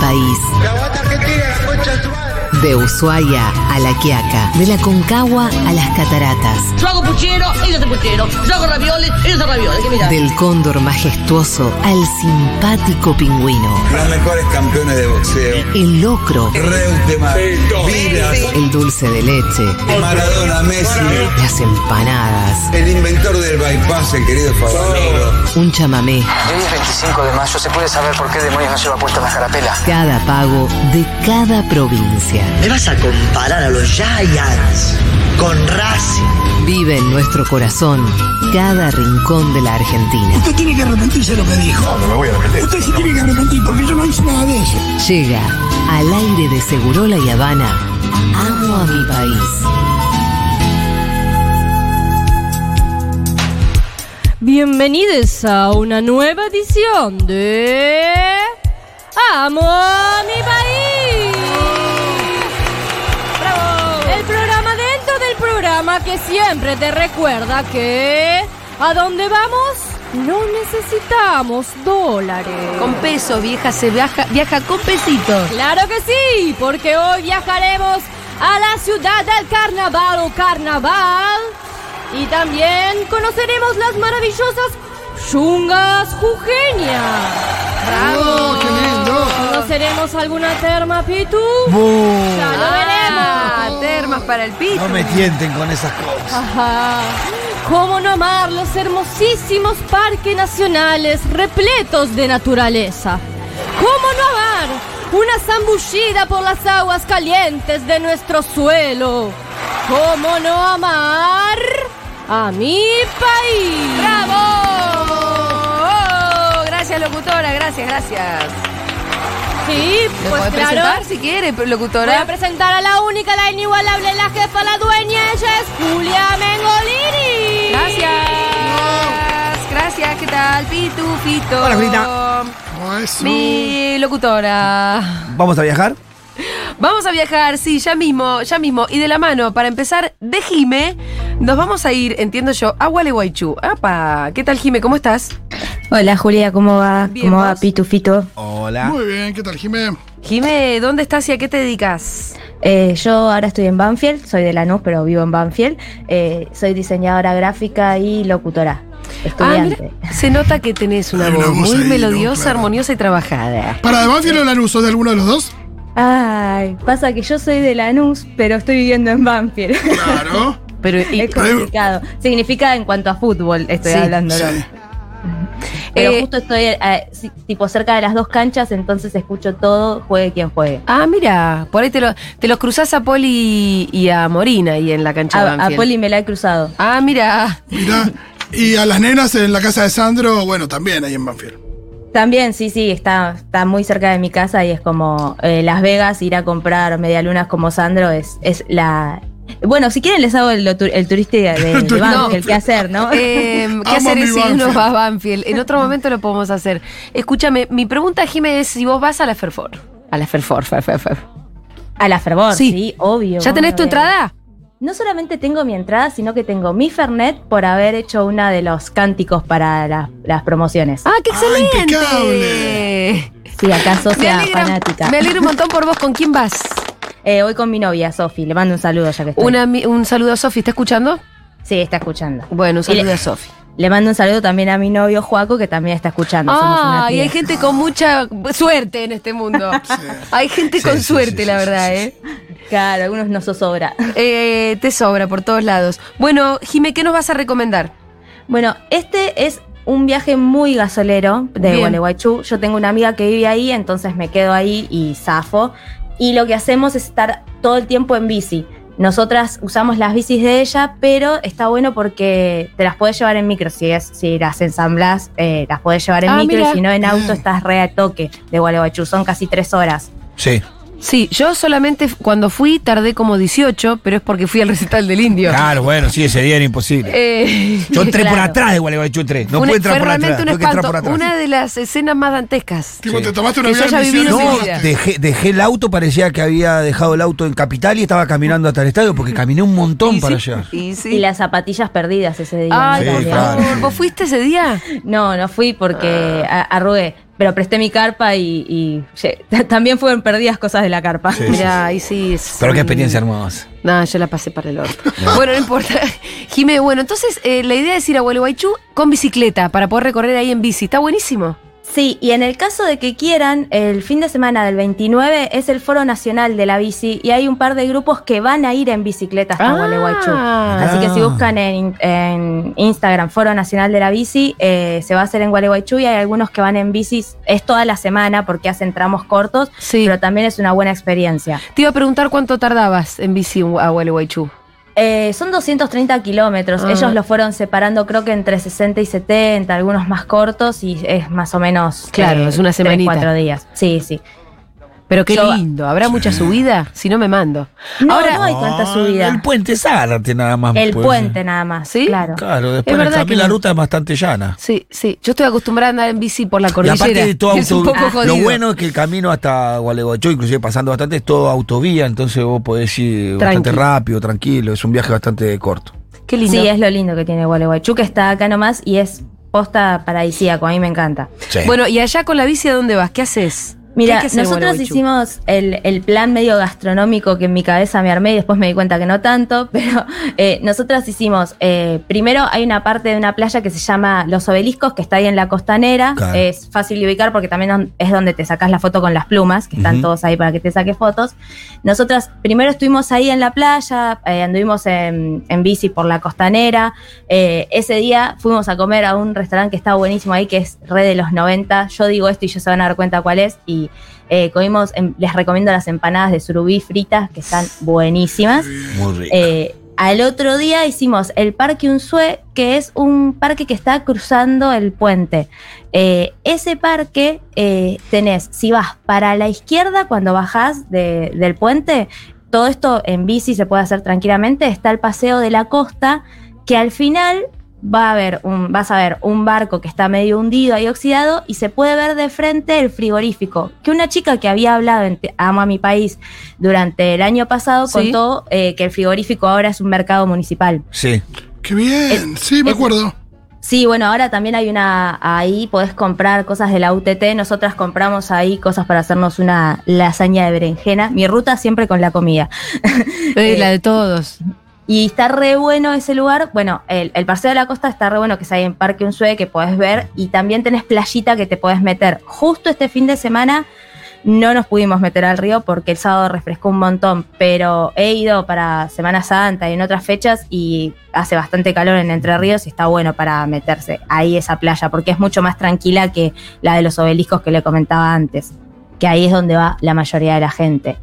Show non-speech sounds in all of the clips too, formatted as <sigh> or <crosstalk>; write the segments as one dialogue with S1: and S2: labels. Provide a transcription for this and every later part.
S1: país. De Ushuaia a La Quiaca, de La Concagua a las Cataratas,
S2: Yo hago puchero, ellos hacen puchero. Yo hago ravioles, ellos hacen ravioles. ¿Qué mirá?
S1: del cóndor majestuoso al simpático pingüino,
S3: Los mejores campeones de boxeo.
S1: el locro,
S3: Reutemann, Vilas,
S1: el dulce de leche,
S3: Maradona, Messi,
S1: las empanadas,
S3: el inventor del bypass, el querido Favaloro.
S1: un chamamé,
S4: Hoy es 25 de mayo, ¿se puede saber por qué demonios no lleva puesta la carapela?
S1: cada pago de cada provincia.
S5: ¿Me vas a comparar a los Giants con Racing?
S1: Vive en nuestro corazón cada rincón de la Argentina.
S6: Usted tiene que arrepentirse de lo que dijo. No, me voy a arrepentir. Usted se tiene que arrepentir porque yo no hice nada de eso.
S1: Llega al aire de Segurola y Habana. Amo a mi país.
S7: Bienvenidos a una nueva edición de Amo a mi país. El programa dentro del programa que siempre te recuerda que a dónde vamos no necesitamos dólares.
S8: Con peso, vieja, se viaja, viaja con pesitos.
S7: Claro que sí, porque hoy viajaremos a la ciudad del carnaval o carnaval y también conoceremos las maravillosas chungas jujeñas. ¡Bravo! Oh, ¡Qué lindo! Conoceremos alguna terma pitu. Ya lo
S8: Ah,
S7: veremos.
S8: termas para el piso.
S9: No me tienten con esas cosas.
S7: Ajá. ¿Cómo no amar los hermosísimos parques nacionales repletos de naturaleza? ¿Cómo no amar una zambullida por las aguas calientes de nuestro suelo? ¿Cómo no amar a mi país?
S8: ¡Bravo! Oh, gracias, locutora, gracias, gracias.
S7: Sí,
S8: ¿Me
S7: pues
S8: podés
S7: claro.
S8: presentar si quiere,
S7: Voy a
S8: locutora?
S7: presentar a la única, la inigualable, la jefa, la dueña. Ella es Julia Mengolini.
S8: Gracias. Gracias, ¿qué tal? Pitu, Fito.
S9: Hola, Julita.
S8: Mi locutora.
S9: ¿Vamos a viajar?
S8: Vamos a viajar, sí, ya mismo, ya mismo. Y de la mano, para empezar, de Jime, nos vamos a ir, entiendo yo, a Gualeguaychú. ¡Apa! ¿Qué tal, Jime? ¿Cómo estás?
S10: Hola Julia, ¿cómo va?
S8: Bien,
S10: ¿Cómo va
S8: ¿vos?
S10: Pitufito?
S9: Hola.
S11: Muy bien, ¿qué tal, Jimé?
S8: Jime, ¿dónde estás y a qué te dedicas?
S10: Eh, yo ahora estoy en Banfield, soy de Lanús, pero vivo en Banfield. Eh, soy diseñadora gráfica y locutora, estudiante.
S8: Ah, mira, se nota que tenés una
S11: Hay una
S8: voz
S11: voz
S8: muy
S11: ahí, ¿no?
S8: melodiosa,
S11: Claro.
S8: armoniosa y trabajada.
S11: ¿Para de Banfield o Lanús? ¿Sos de alguno de los dos?
S10: Ay, pasa que yo soy de Lanús, pero estoy viviendo en Banfield. <laughs>
S11: Claro.
S8: Pero y-
S10: es complicado. Significa en cuanto a fútbol estoy
S8: Sí,
S10: hablando. ¿no?
S11: <laughs> Sí.
S10: Pero
S8: Eh,
S10: justo estoy eh, sí, tipo cerca de las dos canchas, entonces escucho todo, juegue quien juegue.
S8: Ah, mira, por ahí te, lo, te los cruzás a Poli y a Morina ahí en la cancha de
S10: A, a
S8: Banfield.
S10: Poli me la he cruzado.
S8: Ah,
S10: <laughs>
S8: mira.
S11: Mirá. Y a las nenas en la casa de Sandro, bueno, también ahí en Banfield.
S10: También, sí, sí, está, está muy cerca de mi casa y es como eh, Las Vegas, ir a comprar medialunas como Sandro es, es la... Bueno, si quieren les hago el, lo tu- el turista de,
S8: <laughs>
S10: de
S11: turista.
S10: Banfield, qué hacer, ¿no?
S8: Eh, ¿Qué
S11: Amo
S8: hacer
S11: mi
S8: si uno
S11: Banfield.
S8: va a Banfield? En otro momento lo podemos hacer. Escúchame, mi pregunta, Jimé, es si vos vas a la Ferfor. A la Ferfor, fer, fer, fer.
S10: A la fervor,
S8: Sí.
S10: sí, obvio.
S8: ¿Ya tenés
S10: obvio,
S8: tu
S10: obvio.
S8: entrada?
S10: No solamente tengo mi entrada, sino que tengo mi Fernet por haber hecho una de los cánticos para la- las promociones.
S8: ¡Ah, qué
S11: Ah,
S8: excelente!
S11: impecable.
S10: Sí, acá
S8: me,
S10: socia
S8: alegra,
S10: fanática.
S8: me alegra un montón por vos. ¿Con quién vas?
S10: Eh, voy con mi novia, Sofi, le mando un saludo ya que estoy.
S8: Un, ami- un saludo a Sofi. ¿Está escuchando?
S10: Sí, está escuchando.
S8: Bueno, un
S10: Y le-
S8: saludo a Sofi.
S10: Le mando un saludo también a mi novio Juaco, que también está escuchando. Somos una
S8: Ah, y hay
S10: trío.
S8: gente con mucha suerte en este mundo. Hay gente con
S9: sí,
S8: suerte,
S9: sí,
S8: la
S9: sí,
S8: verdad,
S9: sí,
S8: ¿eh?
S10: Claro, algunos nos zozobra.
S8: Eh, Te sobra por todos lados. Bueno, Jime, ¿qué nos vas a recomendar?
S10: Bueno, este es un viaje muy gasolero de
S8: Bien.
S10: Gualeguaychú. Yo tengo una amiga que vive ahí, entonces me quedo ahí y zafo. Y lo que hacemos es estar todo el tiempo en bici. Nosotras usamos las bicis de ella, pero está bueno porque te las puedes llevar en micro. Si, es, si las ensamblas, eh, las puedes llevar en
S8: Ah,
S10: micro.
S8: mira.
S10: Y si no, en auto
S11: Mm.
S10: estás re a toque de Gualeguaychú. Son casi tres horas.
S9: Sí.
S8: Sí, yo solamente f- cuando fui tardé como 18, pero es porque fui al recital del indio.
S9: Claro, bueno, sí, ese día era imposible.
S8: Eh, <laughs>
S9: Yo entré por
S10: Claro.
S9: atrás de Gualeguaychú 3. No
S8: una-
S9: pude entrar
S8: fue
S9: por atrás.
S8: realmente un
S9: Tuve que entrar por
S8: espanto.
S9: atrás.
S8: Una de las escenas más dantescas.
S11: Tipo,
S9: Sí.
S11: te tomaste una
S8: Que yo
S11: vida
S8: ya viví
S11: misiones.
S8: una
S9: No,
S8: vida.
S9: dejé, dejé el auto, parecía que había dejado el auto en Capital y estaba caminando hasta el estadio porque caminé un montón
S8: Y
S9: para
S8: sí,
S9: llegar.
S8: y sí.
S10: Y las zapatillas perdidas ese día.
S8: Ay,
S10: ¿no?
S9: Sí,
S8: por
S10: También.
S9: claro.
S8: favor, ¿vos fuiste ese día?
S10: No, no fui porque a- arrugué. pero presté mi carpa y, y, ye- también fueron perdidas cosas de la carpa.
S9: Sí, sí, Mirá,
S8: ahí sí es-
S9: Pero qué experiencia hermosa.
S8: No, yo la pasé para el
S9: <laughs>
S8: orto. Bueno, no importa. <laughs> Jimé, bueno, entonces eh, la idea es ir a Gualeguaychú con bicicleta para poder recorrer ahí en bici. Está buenísimo.
S10: Sí, y en el caso de que quieran, el fin de semana del 29 es el Foro Nacional de la Bici y hay un par de grupos que van a ir en bicicleta hasta
S8: Ah.
S10: Gualeguaychú.
S8: Ah.
S10: Así que si buscan en, en Instagram Foro Nacional de la Bici, eh, se va a hacer en Gualeguaychú y hay algunos que van en bicis. Es toda la semana porque hacen tramos cortos, pero también es una buena experiencia.
S8: Te iba a preguntar cuánto tardabas en bici a Gualeguaychú.
S10: Eh, son 230 kilómetros.
S8: Ah.
S10: Ellos los fueron separando, creo que entre 60 y 70, algunos más cortos y es más o menos.
S8: Claro,
S10: eh,
S8: es una
S10: tres,
S8: semanita.
S10: cuatro días. Sí, sí.
S8: Pero qué
S10: Yo-
S8: lindo. ¿Habrá mucha subida? Si no, me mando.
S10: No,
S8: Ahora,
S10: no hay tanta subida.
S9: Ah, El puente Zárate nada más.
S10: El
S9: pues.
S10: puente nada más, claro.
S9: Claro, después
S8: Es
S9: la-
S8: verdad
S9: también
S8: que
S9: la
S8: no.
S9: ruta es bastante llana.
S8: Sí, sí. Yo estoy acostumbrada a andar en bici por la
S9: Y
S8: cordillera.
S9: aparte de todo
S8: <laughs> es un
S9: auto- Ah.
S8: poco jodido.
S9: lo bueno es que el camino hasta Gualeguaychú, inclusive pasando bastante, es todo autovía, entonces vos podés ir bastante
S8: Tranqui.
S9: rápido, tranquilo, es un viaje bastante corto.
S8: Qué lindo.
S10: Sí, es lo lindo que tiene Gualeguaychú, que está acá nomás y es posta paradisíaco. A mí me encanta.
S8: Bueno, y allá con la bici, ¿a dónde vas? ¿Qué haces?
S10: Mira, nosotros hicimos el, el plan medio gastronómico que en mi cabeza me armé y después me di cuenta que no tanto, <laughs> pero eh, nosotras hicimos, eh, primero hay una parte de una playa que se llama Los Obeliscos, que está ahí en la costanera, eh,
S12: Claro.
S10: es fácil de ubicar porque también don- es donde te sacas la foto con las plumas, que están
S12: Ujú.
S10: todos ahí para que te saques fotos. Nosotras primero estuvimos ahí en la playa, eh, anduvimos en, en bici por la costanera, eh, ese día fuimos a comer a un restaurante que está buenísimo ahí, que es Red de los 90. Yo digo esto y ellos se van a dar cuenta cuál es. Y eh, comimos, em- les recomiendo las empanadas de surubí fritas, que están buenísimas.
S9: Muy rico.
S10: Eh, al otro día hicimos el Parque Unzué, que es un parque que está cruzando el puente. Eh, ese parque eh, tenés, si vas para la izquierda cuando bajás de- del puente, todo esto en bici se puede hacer tranquilamente, está el Paseo de la Costa, que al final va a haber un, vas a ver un barco que está medio hundido ahí oxidado y se puede ver de frente el frigorífico, que una chica que había hablado en Te Amo a mi país durante el año pasado
S12: Sí.
S10: contó eh, que el frigorífico ahora es un mercado municipal.
S9: Sí.
S11: Qué
S8: Eh,
S11: bien, sí, me acuerdo.
S10: Sí, bueno, ahora también hay una, ahí podés comprar cosas de la UTT, nosotras compramos ahí cosas para hacernos una lasaña de berenjena, mi ruta siempre con la comida.
S8: Eh,
S10: eh,
S8: la de todos.
S10: Y está re bueno ese lugar, bueno, el, el Paseo de la Costa está re bueno que es ahí en Parque Unzue que podés ver y también tenés playita que te podés meter. Justo este fin de semana no nos pudimos meter al río porque el sábado refrescó un montón, pero he ido para Semana Santa y en otras fechas y hace bastante calor en Entre Ríos y está bueno para meterse ahí esa playa porque es mucho más tranquila que la de los obeliscos que le comentaba antes, que ahí es donde va la mayoría de la gente.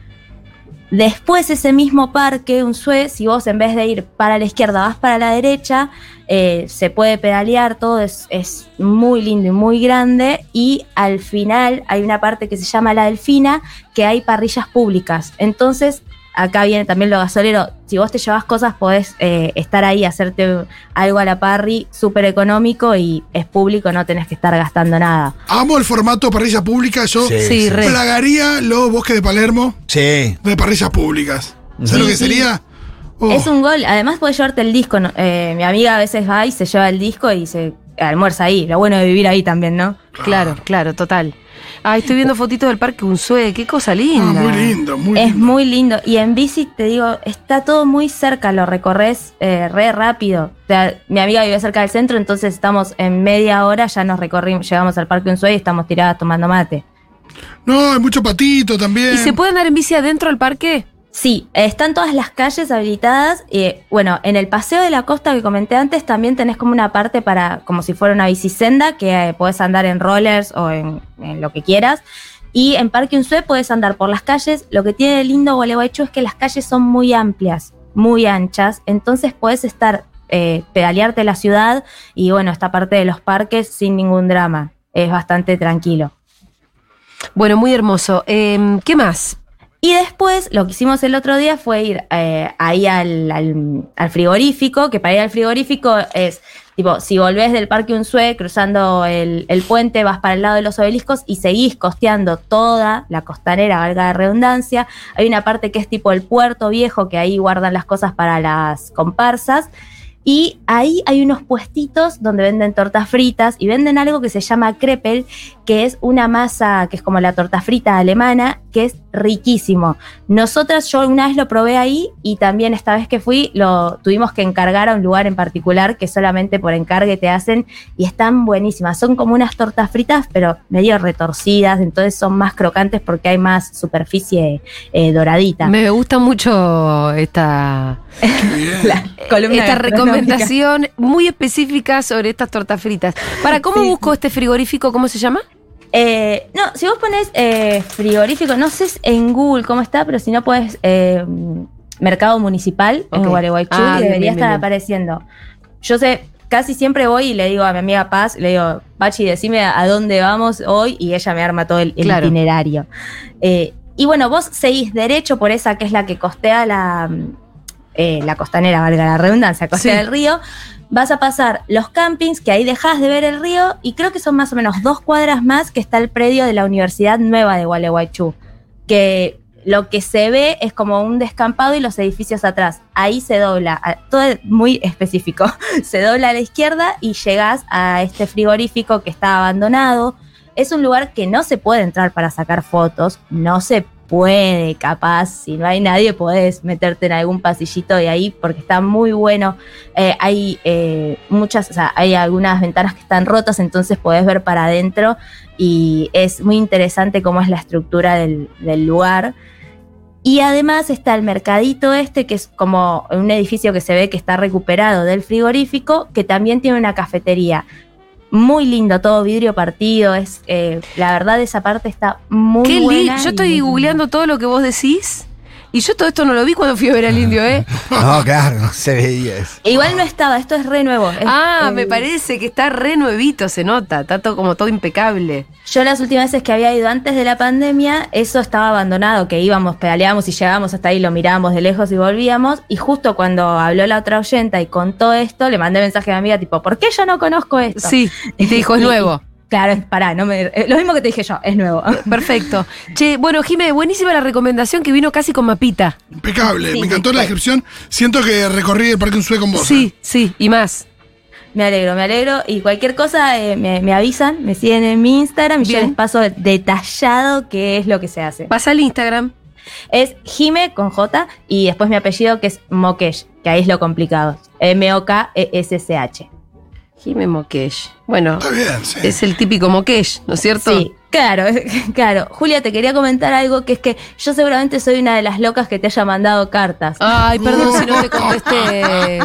S10: Después ese mismo parque, un sue, si vos en vez de ir para la izquierda vas para la derecha, eh, se puede pedalear, todo es, es muy lindo y muy grande. Y al final hay una parte que se llama la delfina, que hay parrillas públicas. Entonces, acá viene también lo gasolero, si vos te llevas cosas podés eh, estar ahí, hacerte algo a la parry, súper económico y es público, no tenés que estar gastando nada.
S11: Amo el formato parrilla pública, yo
S9: Sí, sí, re.
S11: plagaría los bosques de Palermo
S9: Sí.
S11: de parrillas públicas. ¿Sabes lo
S10: Sí,
S11: que
S10: sí.
S11: sería? Oh.
S10: Es un gol. Además, puedes llevarte el disco. ¿no? Eh, mi amiga a veces va y se lleva el disco y se almuerza ahí. Lo bueno de vivir ahí también, ¿no?
S8: Claro, claro, total. Ay, estoy viendo fotitos del parque Unzue, qué cosa linda.
S11: Ah, muy lindo, muy
S10: es muy lindo. Y en bici, te digo, está todo muy cerca. Lo recorres eh, re rápido. O sea, mi amiga vive cerca del centro, entonces estamos en media hora. Ya nos recorrimos, llegamos al Parque Unzué y estamos tiradas tomando mate.
S11: No, hay mucho patito también.
S8: ¿Y se puede andar en bici adentro del parque?
S10: Sí, eh, están todas las calles habilitadas. y bueno, en el paseo de la costa que comenté antes también tenés como una parte para, como si fuera una bicisenda, que eh, podés andar en rollers o en, en lo que quieras. Y en Parque Unzué podés andar por las calles. Lo que tiene de lindo Gualeguaychú es que las calles son muy amplias, muy anchas. Entonces podés estar, eh, pedalearte la ciudad y bueno, esta parte de los parques sin ningún drama. Es bastante tranquilo.
S8: Bueno, muy hermoso. Eh, ¿Qué más?
S10: Y después lo que hicimos el otro día fue ir eh, ahí al, al- al frigorífico, que para ir al frigorífico es tipo, si volvés del Parque Unzué cruzando el, el puente, vas para el lado de los obeliscos y seguís costeando toda la costanera, valga la redundancia. Hay una parte que es tipo el puerto viejo, que ahí guardan las cosas para las comparsas. Y ahí hay unos puestitos donde venden tortas fritas y venden algo que se llama crepel, que es una masa que es como la torta frita alemana, que es riquísimo. Nosotras, yo una vez lo probé ahí y también esta vez que fui, lo tuvimos que encargar a un lugar en particular que solamente por encargue te hacen y están buenísimas. Son como unas tortas fritas, pero medio retorcidas, entonces son más crocantes porque hay más superficie eh, doradita.
S8: Me gusta mucho esta,
S10: La Eh, columna
S8: esta
S10: gastronómica.
S8: recomendación muy específica sobre estas tortas fritas. ¿Para cómo
S10: Sí.
S8: busco este frigorífico? ¿Cómo se llama?
S10: Eh, no, si vos pones eh, frigorífico, no sé en Google cómo está, pero si no puedes mercado municipal en
S8: Ok.
S10: Gualeguaychú,
S8: Ah,
S10: y
S8: bien,
S10: debería
S8: bien,
S10: estar
S8: bien.
S10: apareciendo. Yo sé, casi siempre voy y le digo a mi amiga Paz, le digo, Pachi, decime a a dónde vamos hoy, y ella me arma todo el, el
S8: Claro.
S10: itinerario. Eh, y bueno, vos seguís derecho por esa que es la que costea la, mm, eh, la costanera, valga la redundancia, costea
S8: Sí.
S10: del río. Vas a pasar los campings, que ahí dejás de ver el río, y creo que son más o menos dos cuadras más que está el predio de la Universidad Nueva de Gualeguaychú, que lo que se ve es como un descampado y los edificios atrás. Ahí se dobla, a- todo es muy específico. <laughs> Se dobla a la izquierda y llegás a este frigorífico que está abandonado, es un lugar que no se puede entrar para sacar fotos, no se puede, capaz, si no hay nadie podés meterte en algún pasillito de ahí porque está muy bueno. Eh, hay eh, muchas, o sea, hay algunas ventanas que están rotas, entonces podés ver para adentro y es muy interesante cómo es la estructura del, del lugar. Y además está el mercadito este, que es como un edificio que se ve que está recuperado del frigorífico, que también tiene una cafetería muy lindo, todo vidrio partido. Es, eh, la verdad, esa parte está muy
S8: Qué li-
S10: buena. y
S8: Yo
S10: muy
S8: estoy
S10: linda.
S8: googleando todo lo que vos decís y yo todo esto no lo vi cuando fui a ver al indio, ¿eh?
S9: No, claro, no se veía eso.
S10: E Igual no estaba, esto es re nuevo. <laughs> es-
S8: Ah,
S10: eh,
S8: me parece que está re nuevito, se nota, está todo, como todo impecable.
S10: Yo las últimas veces que había ido antes de la pandemia, eso estaba abandonado, que íbamos, pedaleábamos y llegábamos hasta ahí, lo mirábamos de lejos y volvíamos. Y justo cuando habló la otra oyenta y contó esto, le mandé mensaje a mi amiga tipo, ¿por qué yo no conozco esto?
S8: Sí, y te dijo,
S10: <laughs>
S8: es
S10: Y-
S8: nuevo.
S10: Claro, es- pará, no me, eh, lo mismo que te dije yo, es nuevo.
S8: Perfecto. Che, bueno, Jimé, buenísima la recomendación que vino casi con mapita.
S11: Impecable.
S10: Sí,
S11: Me encantó la descripción. Siento que recorrí el parque un con vos. ¿eh?
S8: Sí, sí, y más.
S10: <laughs> Me alegro, me alegro. Y cualquier cosa eh, me, me avisan, me siguen en mi Instagram y yo
S8: Bien.
S10: les paso detallado qué es lo que se hace.
S8: Pasa al Instagram.
S10: Es Jime con J y después mi apellido que es Mokesh, que ahí es lo complicado. E M-O-K-E-S-S-H.
S8: Jimé Mokesh. Bueno,
S11: Está bien, sí.
S8: es el típico Mokesh, ¿no es cierto?
S10: Sí, claro, <laughs> claro. Julia, te quería comentar algo que es que yo seguramente soy una de las locas que te haya mandado cartas.
S8: Ay, perdón si
S11: <laughs>
S8: no te contesté.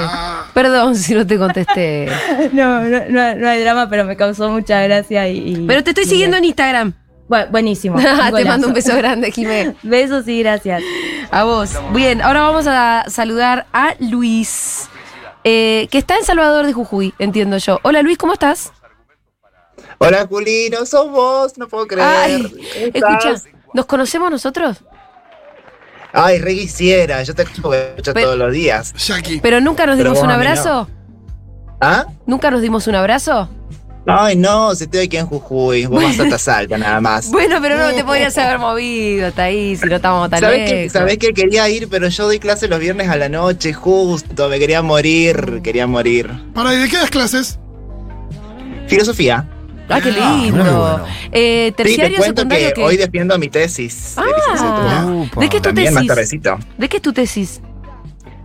S8: Perdón si no te contesté.
S10: No, no, no- no hay drama, pero me causó mucha gracia y... y-
S8: Pero te estoy
S10: y-
S8: siguiendo en Instagram.
S10: Bu- <laughs> buenísimo.
S8: <laughs> te mando un
S10: golazo.
S8: beso grande, Jimé.
S10: Besos y gracias.
S8: A vos. Bien, ahora vamos a saludar a Luis, eh, que está en Salvador de Jujuy, entiendo yo. Hola Luis, ¿cómo estás?
S12: Hola Juli, no sos vos, no puedo creer.
S8: Ay,
S12: ¿Cómo
S8: escucha,
S12: estás?
S8: ¿nos conocemos nosotros?
S12: Ay, re quisiera, yo te escucho
S8: Pero-
S12: todos los días.
S11: Jackie.
S8: Pero nunca nos
S12: Pero
S8: dimos
S12: vos
S8: un
S12: a mí no.
S8: abrazo.
S12: ¿Ah?
S8: ¿Nunca nos dimos un abrazo?
S12: Ay, no, si estoy aquí en Jujuy, vos vas a Tasalca nada más.
S8: Bueno, pero no te podías haber movido hasta ahí, si no estábamos tan
S12: Sabés que,
S8: lejos.
S12: sabés que quería ir, pero yo doy clase los viernes a la noche, justo, me quería morir, quería morir.
S11: Para, ¿y de qué das clases?
S12: Filosofía.
S8: Ah, qué lindo.
S9: Muy bueno.
S8: Eh,
S12: Sí, te
S8: terciario,
S12: cuento
S8: secundario,
S12: que
S8: ¿qué?
S12: hoy defiendo mi tesis de licenciatura.
S8: Ah,
S9: Upa.
S8: ¿de qué es tu
S12: También más
S8: tesis?
S12: tardecito.
S8: ¿De qué es tu tesis?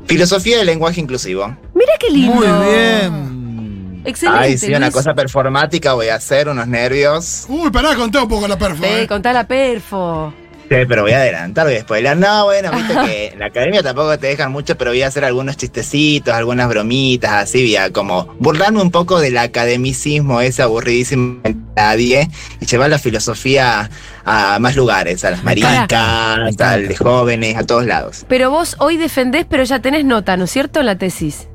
S12: Filosofía del lenguaje inclusivo.
S8: Mira qué lindo.
S9: Muy bien.
S8: Excelente.
S12: Ay, sí, una
S8: Luis.
S12: cosa performática voy a hacer, unos nervios.
S11: Uy, pará, conté un poco la perfo.
S8: Eh,
S11: eh.
S8: contá la perfo.
S12: Sí, pero voy a adelantar, voy a spoiler. No, bueno, viste que en la academia tampoco te dejan mucho, pero voy a hacer algunos chistecitos, algunas bromitas, así, voy a como burlarme un poco del academicismo ese aburridísimo de nadie y llevar la filosofía a más lugares, a las maricas, a los jóvenes, a todos lados.
S8: Pero vos hoy defendés, pero ya tenés nota, ¿no es cierto? En la tesis.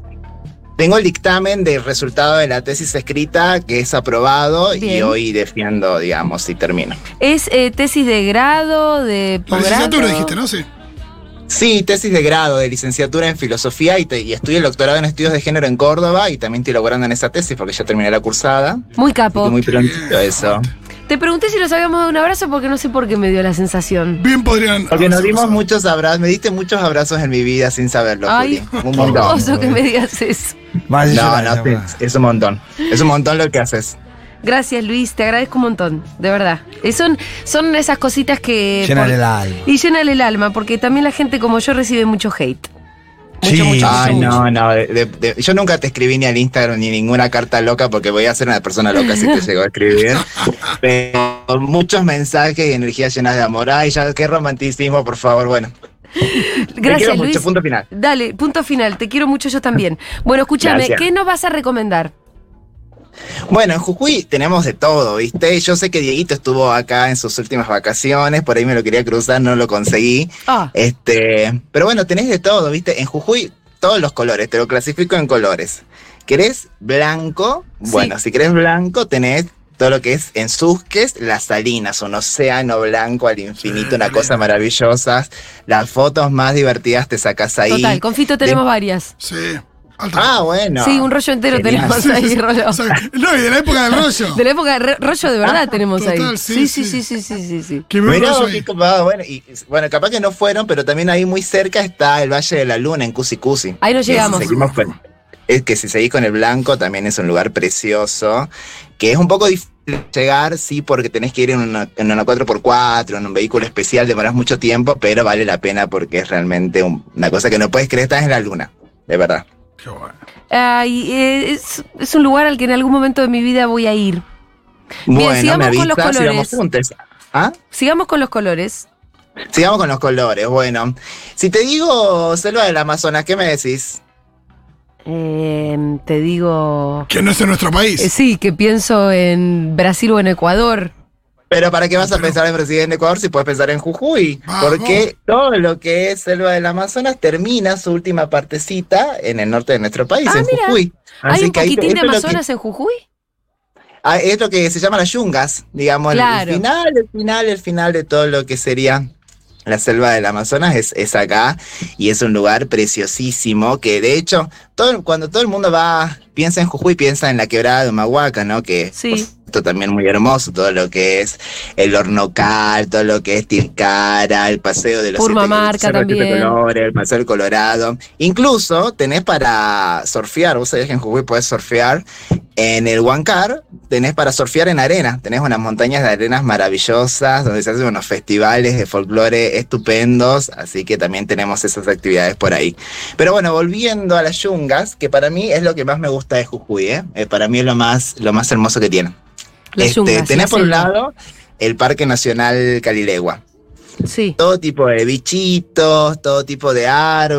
S12: Tengo el dictamen del resultado de la tesis escrita que es aprobado y
S8: Bien.
S12: hoy defiendo, digamos, si termino.
S8: Es eh, tesis de grado, de
S11: La
S8: posgrado.
S11: licenciatura dijiste, ¿no? Sí.
S12: Sí, tesis de grado, de licenciatura en filosofía y, te- y estudio el doctorado en estudios de género en Córdoba y también estoy logrando en esa tesis porque ya terminé la cursada. Así
S8: Muy
S12: que
S8: capo.
S12: muy prontito eso.
S8: Te pregunté si nos habíamos dado un abrazo porque no sé por qué me dio la sensación.
S11: Bien podrían.
S12: Porque nos dimos
S11: mucho.
S12: muchos abrazos, me diste muchos abrazos en mi vida sin saberlo,
S8: Ay,
S12: Juli. Un
S8: qué
S12: montón.
S8: hermoso que me digas eso.
S9: Vas a
S12: No,
S9: llorar,
S12: no,
S9: la
S12: te-
S9: verdad.
S12: es un montón. Es un montón lo que haces.
S8: Gracias, Luis, te agradezco un montón, de verdad. Eh, Son, son esas cositas que.
S9: Llenan
S8: por-
S9: el alma.
S8: Y llenan el alma, porque también la gente como yo recibe mucho hate.
S9: Sí.
S12: Ay, no, no. de- de- de- yo nunca te escribí ni al Instagram ni ninguna carta loca porque voy a ser una persona loca si te llegó a escribir. Pero muchos mensajes y energías llenas de amor. Ay, ya, qué romanticismo, por favor. Bueno,
S8: Gracias,
S12: te quiero
S8: Luis.
S12: mucho. Punto final.
S8: Dale, punto final. Te quiero mucho yo también. Bueno, escúchame,
S12: Gracias.
S8: ¿qué nos vas a recomendar?
S12: Bueno, en Jujuy tenemos de todo, ¿viste? Yo sé que Dieguito estuvo acá en sus últimas vacaciones, por ahí me lo quería cruzar, no lo conseguí.
S8: Ah.
S12: Este, pero bueno, tenés de todo, ¿viste? En Jujuy, todos los colores, te lo clasifico en colores. ¿Querés blanco? Bueno, si querés blanco, tenés todo lo que es en Susques, las salinas, un océano blanco al infinito,
S8: Ah,
S12: una cosa maravillosa. Las fotos más divertidas te sacas ahí.
S8: Total, con Fito tenemos varias.
S11: Sí.
S12: Ah, bueno.
S8: Sí, un rollo entero
S12: Genial.
S8: tenemos ahí, rollo.
S11: No, y de la época
S12: <laughs>
S11: del rollo.
S8: De la época de re- rollo de verdad
S12: Ah,
S8: tenemos
S11: total,
S8: ahí.
S11: sí,
S8: Sí, sí, sí, sí, sí, sí, sí.
S12: Mirá, qué copado, bueno, y- bueno, capaz que no fueron, pero también ahí muy cerca está el Valle de la Luna, en Cusi Cusi.
S8: Ahí nos
S12: Que si
S8: llegamos.
S12: seguimos con- es que si seguís con el blanco, también es un lugar precioso, que es un poco difícil llegar, sí, porque tenés que ir en una, en una 4x4, en un vehículo especial, demorás mucho tiempo, pero vale la pena porque es realmente un- una cosa que no puedes creer, estás en la Luna, de verdad.
S8: Ay, eh, es, es un lugar al que en algún momento de mi vida voy a ir.
S12: bueno,
S8: Bien, sigamos
S12: me
S8: con los
S12: avisas y vamos
S8: colores.
S12: juntos. ¿Ah?
S8: Sigamos con los colores.
S12: Sigamos con los colores, bueno. Si te digo selva del Amazonas, ¿qué me decís?
S8: Eh, te digo.
S11: Que no es en nuestro país.
S8: Eh, sí, que pienso en Brasil o en Ecuador.
S12: Pero ¿para qué vas a pensar en presidente de Ecuador si puedes pensar en Jujuy? Porque todo lo que es selva del Amazonas termina su última partecita en el norte de nuestro país,
S8: Ah,
S12: en
S8: mira.
S12: Jujuy.
S8: ¿Hay
S12: Así
S8: un
S12: que ahí te-
S8: poquitín de
S12: esto es lo que-
S8: Amazonas en Jujuy?
S12: ah, Es lo que se llama las yungas, digamos. el-
S8: Claro.
S12: El final, el final, el final de todo lo que sería la selva del Amazonas es, es acá y es un lugar preciosísimo que de hecho todo, cuando todo el mundo va piensa en Jujuy piensa en la quebrada de Humahuaca, ¿no? Que
S8: Sí.
S12: por supuesto, también muy hermoso todo lo que es el Hornocal, todo lo que es Tilcara, el paseo de los
S8: Purmamarca
S12: siete- el cerro de siete
S8: también.
S12: colores, el paseo del Colorado. Incluso tenés para surfear, vos sabés que en Jujuy podés surfear en el Huancar tenés para surfear en arena, tenés unas montañas de arenas maravillosas donde se hacen unos festivales de folclore estupendos, así que también tenemos esas actividades por ahí. Pero bueno, volviendo a las yungas, que para mí es lo que más me gusta de Jujuy, ¿eh? Eh, para mí es lo más, lo más hermoso que tiene.
S8: Las
S12: Este,
S8: yungas,
S12: tenés
S8: la
S12: por un
S8: selva.
S12: lado el Parque Nacional Calilegua.
S8: Sí.
S12: Todo tipo de bichitos, todo tipo de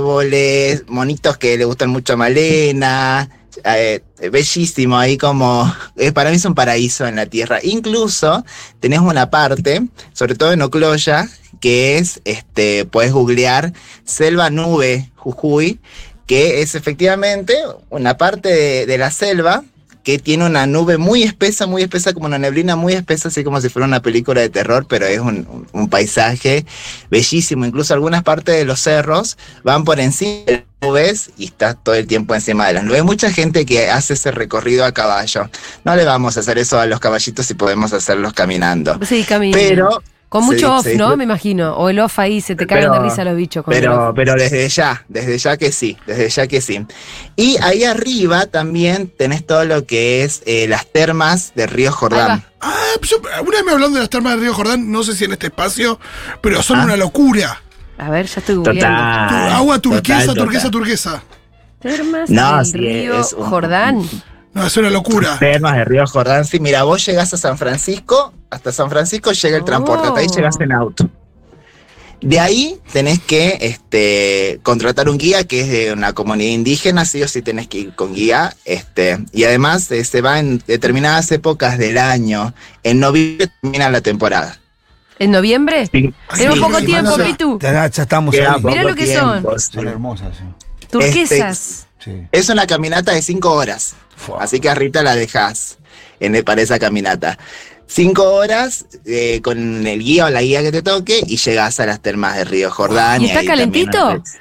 S12: árboles, monitos que le gustan mucho a Malena. <laughs> eh, bellísimo, ahí como. eh, para mí es un paraíso en la tierra. Incluso tenés una parte, sobre todo en Ocloya, que es, este, puedes googlear Selva Nube Jujuy, que es efectivamente una parte de, de la selva que tiene una nube muy espesa, muy espesa, como una neblina muy espesa, así como si fuera una película de terror, pero es un, un- un paisaje bellísimo. Incluso algunas partes de los cerros van por encima de las nubes y estás todo el tiempo encima de las nubes. Mucha gente que hace ese recorrido a caballo. No le vamos a hacer eso a los caballitos si podemos hacerlos caminando.
S8: Sí, camino.
S12: Pero-
S8: Con mucho
S12: Sí,
S8: off,
S12: sí.
S8: ¿no? Me imagino. O el off ahí se te cagan de
S12: Pero-
S8: risa los bichos. con el
S12: Pero,
S8: off.
S12: pero desde ya, desde ya que sí, desde ya que sí. Y ahí arriba también tenés todo lo que es eh, las termas de Río Jordán.
S11: Ah, pues yo- una vez me hablaron de las termas de Río Jordán, no sé si en este espacio, pero
S12: Ah.
S11: son una locura.
S8: A ver, ya estoy
S11: Tu-
S8: googleando.
S11: Agua turquesa,
S12: total,
S11: turquesa,
S12: total.
S11: turquesa.
S8: Termas
S12: No,
S8: del
S12: sí,
S8: río
S12: es un-
S8: Jordán.
S11: No, es una locura.
S12: Termas de Río Jordán. Sí, mira, vos llegás a San Francisco, hasta San Francisco llega el transporte, hasta ahí
S8: Oh.
S12: llegas en auto. De ahí tenés que este, contratar un guía que es de una comunidad indígena, sí o sí tenés que ir con guía. Este, y además eh, se va en determinadas épocas del año. En noviembre termina la temporada.
S8: ¿En noviembre?
S12: Sí.
S8: Tenemos
S12: Sí,
S8: poco
S12: sí,
S8: tiempo,
S12: sí.
S8: Pitu.
S9: Ya, ya estamos
S12: Queda
S9: ahí.
S12: poco
S8: Mirá lo que son.
S12: tiempo, sí.
S9: Son hermosas, sí.
S12: este
S8: Turquesas.
S9: Sí.
S12: Es una caminata de cinco horas. Así que a Rita la dejas en, e- para esa caminata. Cinco horas eh, con el guía o la guía que te toque y llegas a las termas de Río Jordán.
S8: ¿Y está
S12: ahí también
S8: calentito?
S12: haces-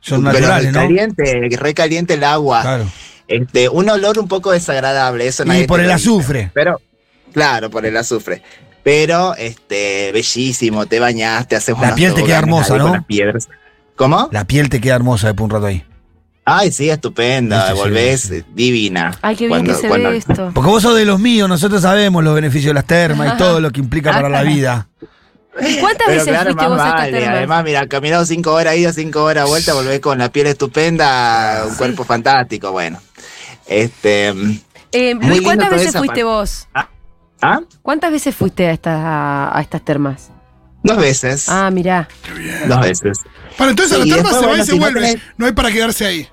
S9: Son
S12: Pero
S9: naturales, ¿no?
S12: recaliente, recaliente el agua.
S9: Claro.
S12: Este, un olor un poco desagradable, eso nadie
S9: Y
S12: te
S9: por
S12: lo
S9: el
S12: dice.
S9: azufre.
S12: Pero, claro, por el azufre. Pero, este, bellísimo, te bañaste, haces
S9: La
S12: unas
S9: piel te queda
S12: toboganes
S9: hermosa,
S12: ahí con
S9: ¿no?
S12: las piedras. ¿Cómo?
S9: La piel te queda hermosa después un rato ahí.
S12: Ay, sí, estupenda. Volvés eh, divina.
S8: Ay, qué bien
S12: Cuando-
S8: que se
S12: cuando-
S8: ve esto.
S9: Porque vos sos de los míos, nosotros sabemos los beneficios de las termas y todo lo que implica para la vida.
S8: ¿Y cuántas
S12: Pero
S8: veces
S12: claro,
S8: fuiste
S12: más
S8: vos a estas
S12: vale.
S8: termas?
S12: Además, mira, caminado cinco horas ida, cinco horas vuelta, volvés con la piel estupenda,
S8: Ah,
S12: un cuerpo fantástico, bueno. Este.
S8: Eh,
S12: Muy
S8: Luis,
S12: lindo
S8: ¿cuántas
S12: toda
S8: veces
S12: esa
S8: fuiste
S12: parte.
S8: vos?
S12: ¿Ah?
S8: ¿Cuántas veces fuiste a, estas- a, a estas termas?
S12: Dos veces.
S8: Ah, mirá.
S12: Dos veces.
S11: Para entonces a
S12: Y
S11: la terma se
S12: después,
S11: va
S12: bueno,
S11: y se
S12: si no
S11: vuelve.
S12: tenés-
S11: No hay para quedarse ahí.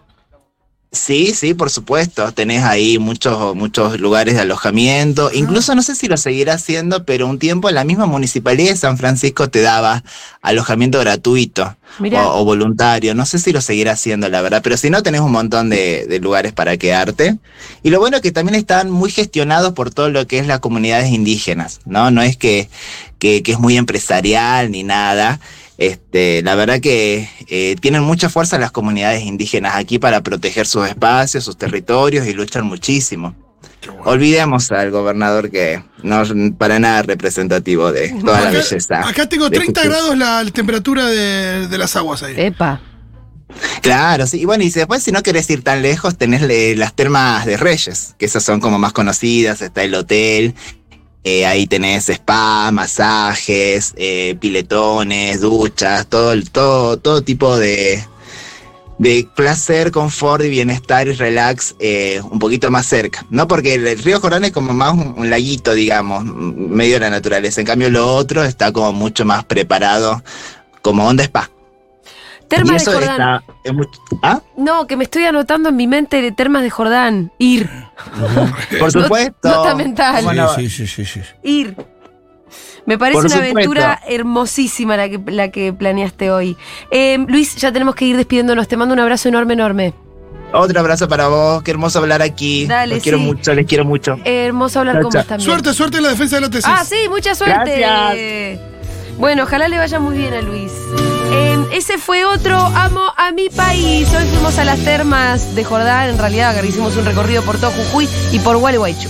S12: Sí, sí, por supuesto. Tenés ahí muchos, muchos lugares de
S8: Ah.
S12: alojamiento. Incluso no sé si lo seguirá haciendo, pero un tiempo la misma municipalidad de San Francisco te daba alojamiento gratuito
S8: Mirá.
S12: o, o voluntario. No sé si lo seguirá haciendo, la verdad. Pero si no, tenés un montón de, de lugares para quedarte. Y lo bueno es que también están muy gestionados por todo lo que es las comunidades indígenas, ¿no? No es que, que, que es muy empresarial ni nada. Este, la verdad que eh, tienen mucha fuerza las comunidades indígenas aquí para proteger sus espacios, sus territorios y luchan muchísimo. Olvidemos al gobernador que no es para nada representativo de toda la
S11: Acá-
S12: belleza.
S11: Acá tengo
S12: de
S11: 30
S12: Jujuy.
S11: grados la temperatura de, de las aguas ahí.
S8: Epa.
S12: Claro, sí. Y bueno, y después, si no querés ir tan lejos, tenés le- las termas de Reyes, que esas son como más conocidas. Está el hotel, eh, ahí tenés spa, masajes, eh, piletones, duchas, todo, el- todo, todo tipo de, de placer, confort y bienestar y relax eh, un poquito más cerca. No porque el, el río Jordán es como más un, un laguito, digamos, m- medio de la naturaleza. En cambio, lo otro está como mucho más preparado, como onda spa.
S8: Termas
S12: y
S8: de
S12: eso
S8: Jordán.
S12: está. es mucho- ¿Ah?
S8: No, que me estoy anotando en mi mente de termas de Jordán. Ir.
S12: Por supuesto.
S8: Nota mental.
S9: Sí, sí, sí, sí, sí.
S8: Ir. Me parece
S12: Por
S8: una
S12: supuesto.
S8: aventura hermosísima la que, la que planeaste hoy. Eh, Luis, ya tenemos que ir despidiéndonos. Te mando un abrazo enorme, enorme.
S12: Otro abrazo para vos, qué hermoso hablar aquí.
S8: Dale,
S12: los quiero
S8: sí.
S12: mucho, les quiero mucho.
S8: Eh, hermoso hablar
S12: Chao,
S8: con
S12: chao.
S8: vos también.
S11: Suerte, suerte en la defensa de la tesis.
S8: Ah, sí, mucha suerte. Bueno, ojalá le vaya muy bien a Luis. Eh, ese fue otro Amo a mi país. Hoy fuimos a las termas de Jordán, en realidad hicimos un recorrido por todo Jujuy y por Gualeguaychú.